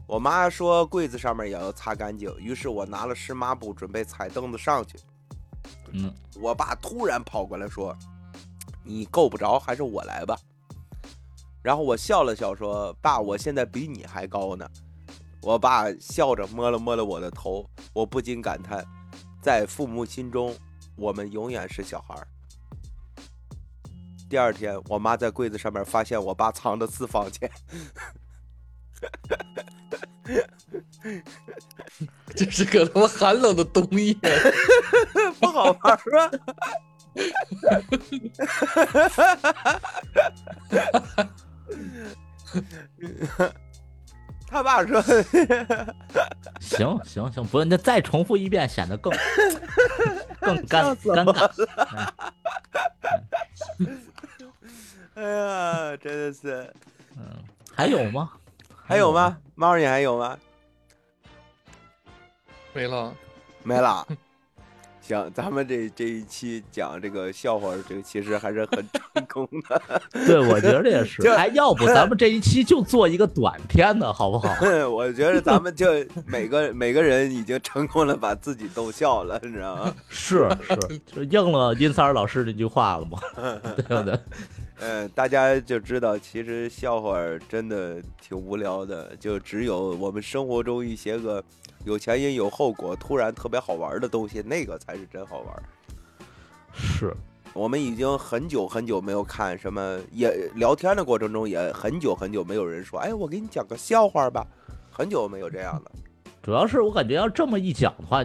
我妈说柜子上面也要擦干净，于是我拿了湿抹布准备踩凳子上去，
嗯，
我爸突然跑过来说：“你够不着，还是我来吧。”然后我笑了笑说：“爸，我现在比你还高呢。”我爸笑着摸了摸了我的头，我不禁感叹，在父母心中，我们永远是小孩儿。第二天，我妈在柜子上面发现我爸藏着私房钱，
这是个他妈寒冷的冬夜。 *laughs*
不好玩儿啊吗？ *laughs* 他爸说：“
行行行，不用，那再重复一遍，显得更
*laughs*
更尴
笑死我
尴尬。
哎呀，真的是。”
嗯，还有吗？
还有？吗？猫儿，你还有吗？
没了，啊
没了。行，咱们这这一期讲这个笑话，这个其实还是很成功的。
对，我觉得也是。
就
哎，要不咱们这一期就做一个短片的，好
*laughs*
不好？
我觉得咱们就每个每个人已经成功的把自己逗笑了，你知道吗？
是是， *laughs* 就应了殷三儿老师那句
*laughs*
话了嘛，对不对？
嗯，大家就知道，其实笑话儿真的挺无聊的，就只有我们生活中一些个有前因有后果、突然特别好玩儿的东西，那个才是真好玩儿。
是，
我们已经很久很久没有看什么，也聊天的过程中也很久很久没有人说，哎，我给你讲个笑话吧，很久没有这样了。
主要是我感觉要这么一讲的话，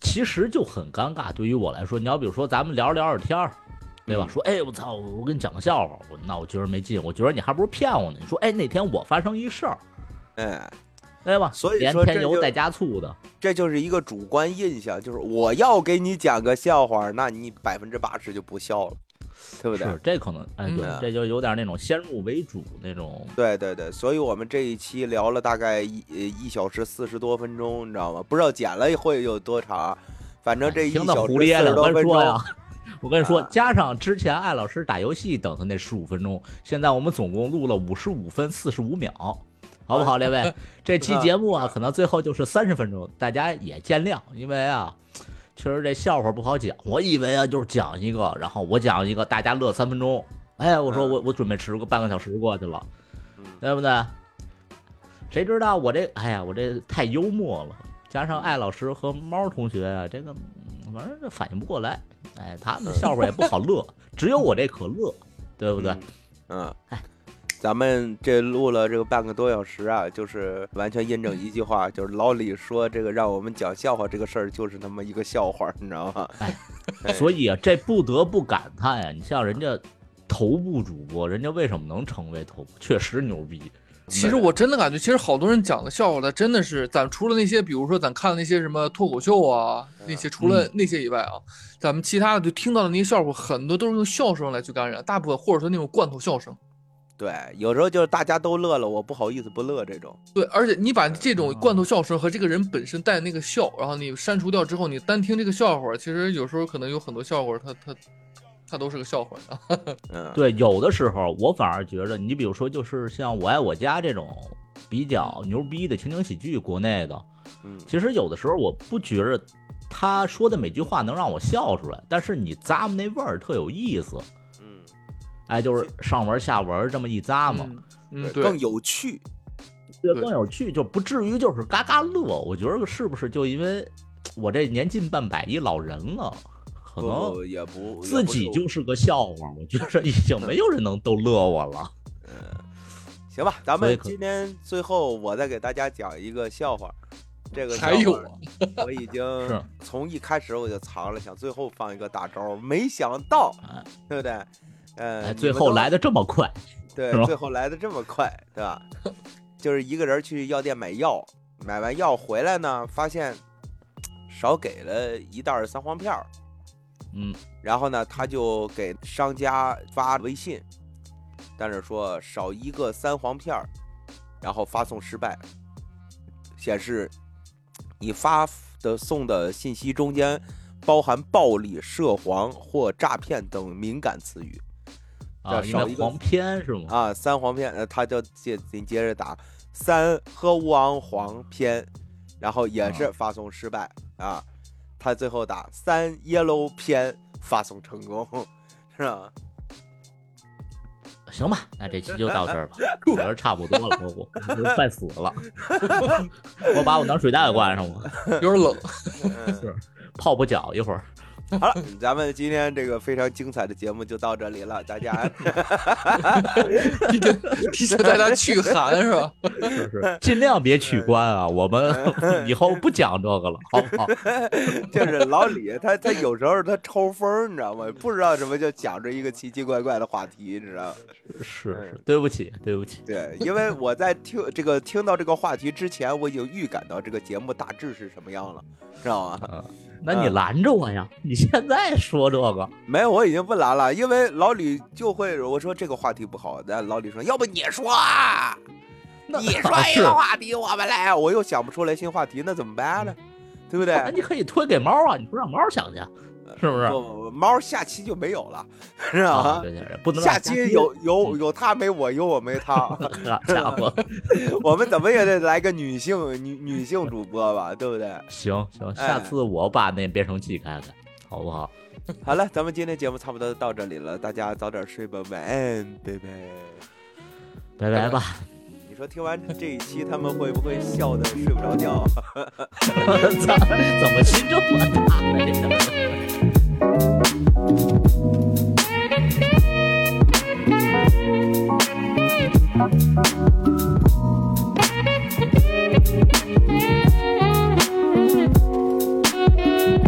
其实就很尴尬。对于我来说，你要比如说咱们聊着聊着天儿，对吧？
嗯
说，哎，我操，我跟你讲个笑话，我那我觉得没劲，我觉得你还不如骗我呢。你说，哎，那天我发生一事儿，
哎，
对吧？
所以
连
说这
添油
就
带加醋的，
这就是一个主观印象，就是我要给你讲个笑话，那你百分之八十就不笑了，对不对？
是这可能，哎，对，
嗯
这就有点那种先入为主那种。
对对对，所以我们这一期聊了大概一呃一小时四十多分钟，你知道吗？不知道剪了会有多长，反正这一
听得
小时
胡
四
咧
十
咧，我
多
跟
分
你说呀
钟，，嗯
我跟你说
啊，
加上之前艾老师打游戏等的那十五分钟，现在我们总共录了五十五分四十五秒，好不好，列位？这期节目啊，可能最后就是三十分钟，大家也见谅，因为啊，确实这笑话不好讲。我以为啊，就是讲一个，然后我讲一个，大家乐三分钟。哎，我说
嗯
我我准备迟个半个小时过去了，
嗯
对不对？谁知道我这，哎呀，我这太幽默了，加上艾老师和猫同学啊，这个嗯反正这反应不过来，哎，他们笑话也不好乐，只有我这可乐，对不对？哎
嗯，咱们这录了这个半个多小时啊，就是完全印证一句话，就是老李说这个让我们讲笑话这个事儿，就是他妈一个笑话，你知道吗？哎
所以啊，这不得不感叹呀、你像人家头部主播，人家为什么能成为头部？确实牛逼，
其实我真的感觉，其实好多人讲的笑话，他真的是咱除了那些，比如说咱看的那些什么脱口秀啊，那些除了那些以外啊，咱们其他的就听到的那些笑话，很多都是用笑声来去感染，大部分或者说那种罐头笑声。
对，有时候就是大家都乐了，我不好意思不乐这种。
对，而且你把这种罐头笑声和这个人本身带那个笑，然后你删除掉之后，你单听这个笑话，其实有时候可能有很多笑话，它它它都是个笑话啊。
嗯，
对，有的时候我反而觉得，你比如说，就是像《我爱我家》这种比较牛逼的情景喜剧，国内的，
嗯，
其实有的时候我不觉着他说的每句话能让我笑出来，但是你咂摸那味儿特有意思，
嗯，
哎，就是上文下文这么一咂摸，
嗯嗯，
更
对，
有趣。
觉得
对
更有趣，就不至于就是嘎嘎乐。我觉得是不是就因为我这年近半百一老人了，可
不不
能
也不
哦自己就是个笑话，我觉着已经没有人能逗乐我
*laughs*
了。
行吧。咱
所以
们
可
今天最后我再给大家讲一个笑话，这个
还
笑
有
话我已
*laughs* 是
经从一开始我就藏了，想最后放一个大招，没想到
哎，
对不对？呃，
哎，
你
最
们
后
都
来的这么快，
对
是吧，
最后来的这么快，对吧？就是一个人去药店买药，买完药回来呢，发现少给了一袋儿三黄片儿，
嗯，
然后呢，他就给商家发微信，但是说少一个三黄片儿，然后发送失败，显示你发的送的信息中间包含暴力、涉黄或诈骗等敏感词语。
啊，
要
因
少
为
一个
黄片是吗？
啊，三黄片，呃，他就接紧接着打三喝王黄片，然后也是发送失败啊，他最后打三 yellow 片发送成功，是吧？啊
行吧，那这期就到这
*laughs*
儿吧，我觉得差不多了，我我我都快死了，我把我暖水袋也关上了，
有点 *laughs* 冷。
嗯，
泡泡脚一
*laughs*
会儿。
好了，咱们今天这个非常精彩的节目就到这里了，大家
提前提前带他去寒是吧？
是是，尽量别取关啊！我们
*laughs*
以后不讲这个了，好不好？
就是老李他他有时候他抽风儿，你知道吗？不知道什么就讲着一个奇奇怪怪的话题，你知道吗？
是
*laughs* 哎
是，对不起，对不起，
对，因为我在听这个听到这个话题之前，我已经预感到这个节目大致是什么样了，知道吗？ *laughs*
啊，那
嗯
你拦着我呀！ *laughs* 你现在说这个，
没有，我已经不拦了，因为老李就会我说这个话题不好，但老李说要不你说啊，
那 *laughs*
你说哎
啊
一
是
个话题我们来，我又想不出来新话题，那怎么办呢？对不呃对？
那你可以推给猫啊，你不让猫想去，是哦不是？
不不不猫下期就没有了，是
啊，
吧？
对对对，不能让
下期有有
嗯
有他没我，有我没他， *laughs*
*laughs* 好家伙，
我们怎么也得来个女性女女性主播吧，对不对？
行行，
哎
下次我把那变声器开开，好不好？
好了，咱们今天节目差不多到这里了，大家早点睡吧，晚安，拜拜。
拜拜吧，
你说听完这一期，他们会不会笑得睡不着觉？哎
*laughs* 怎怎么心这么大呢？这个。
Thank you.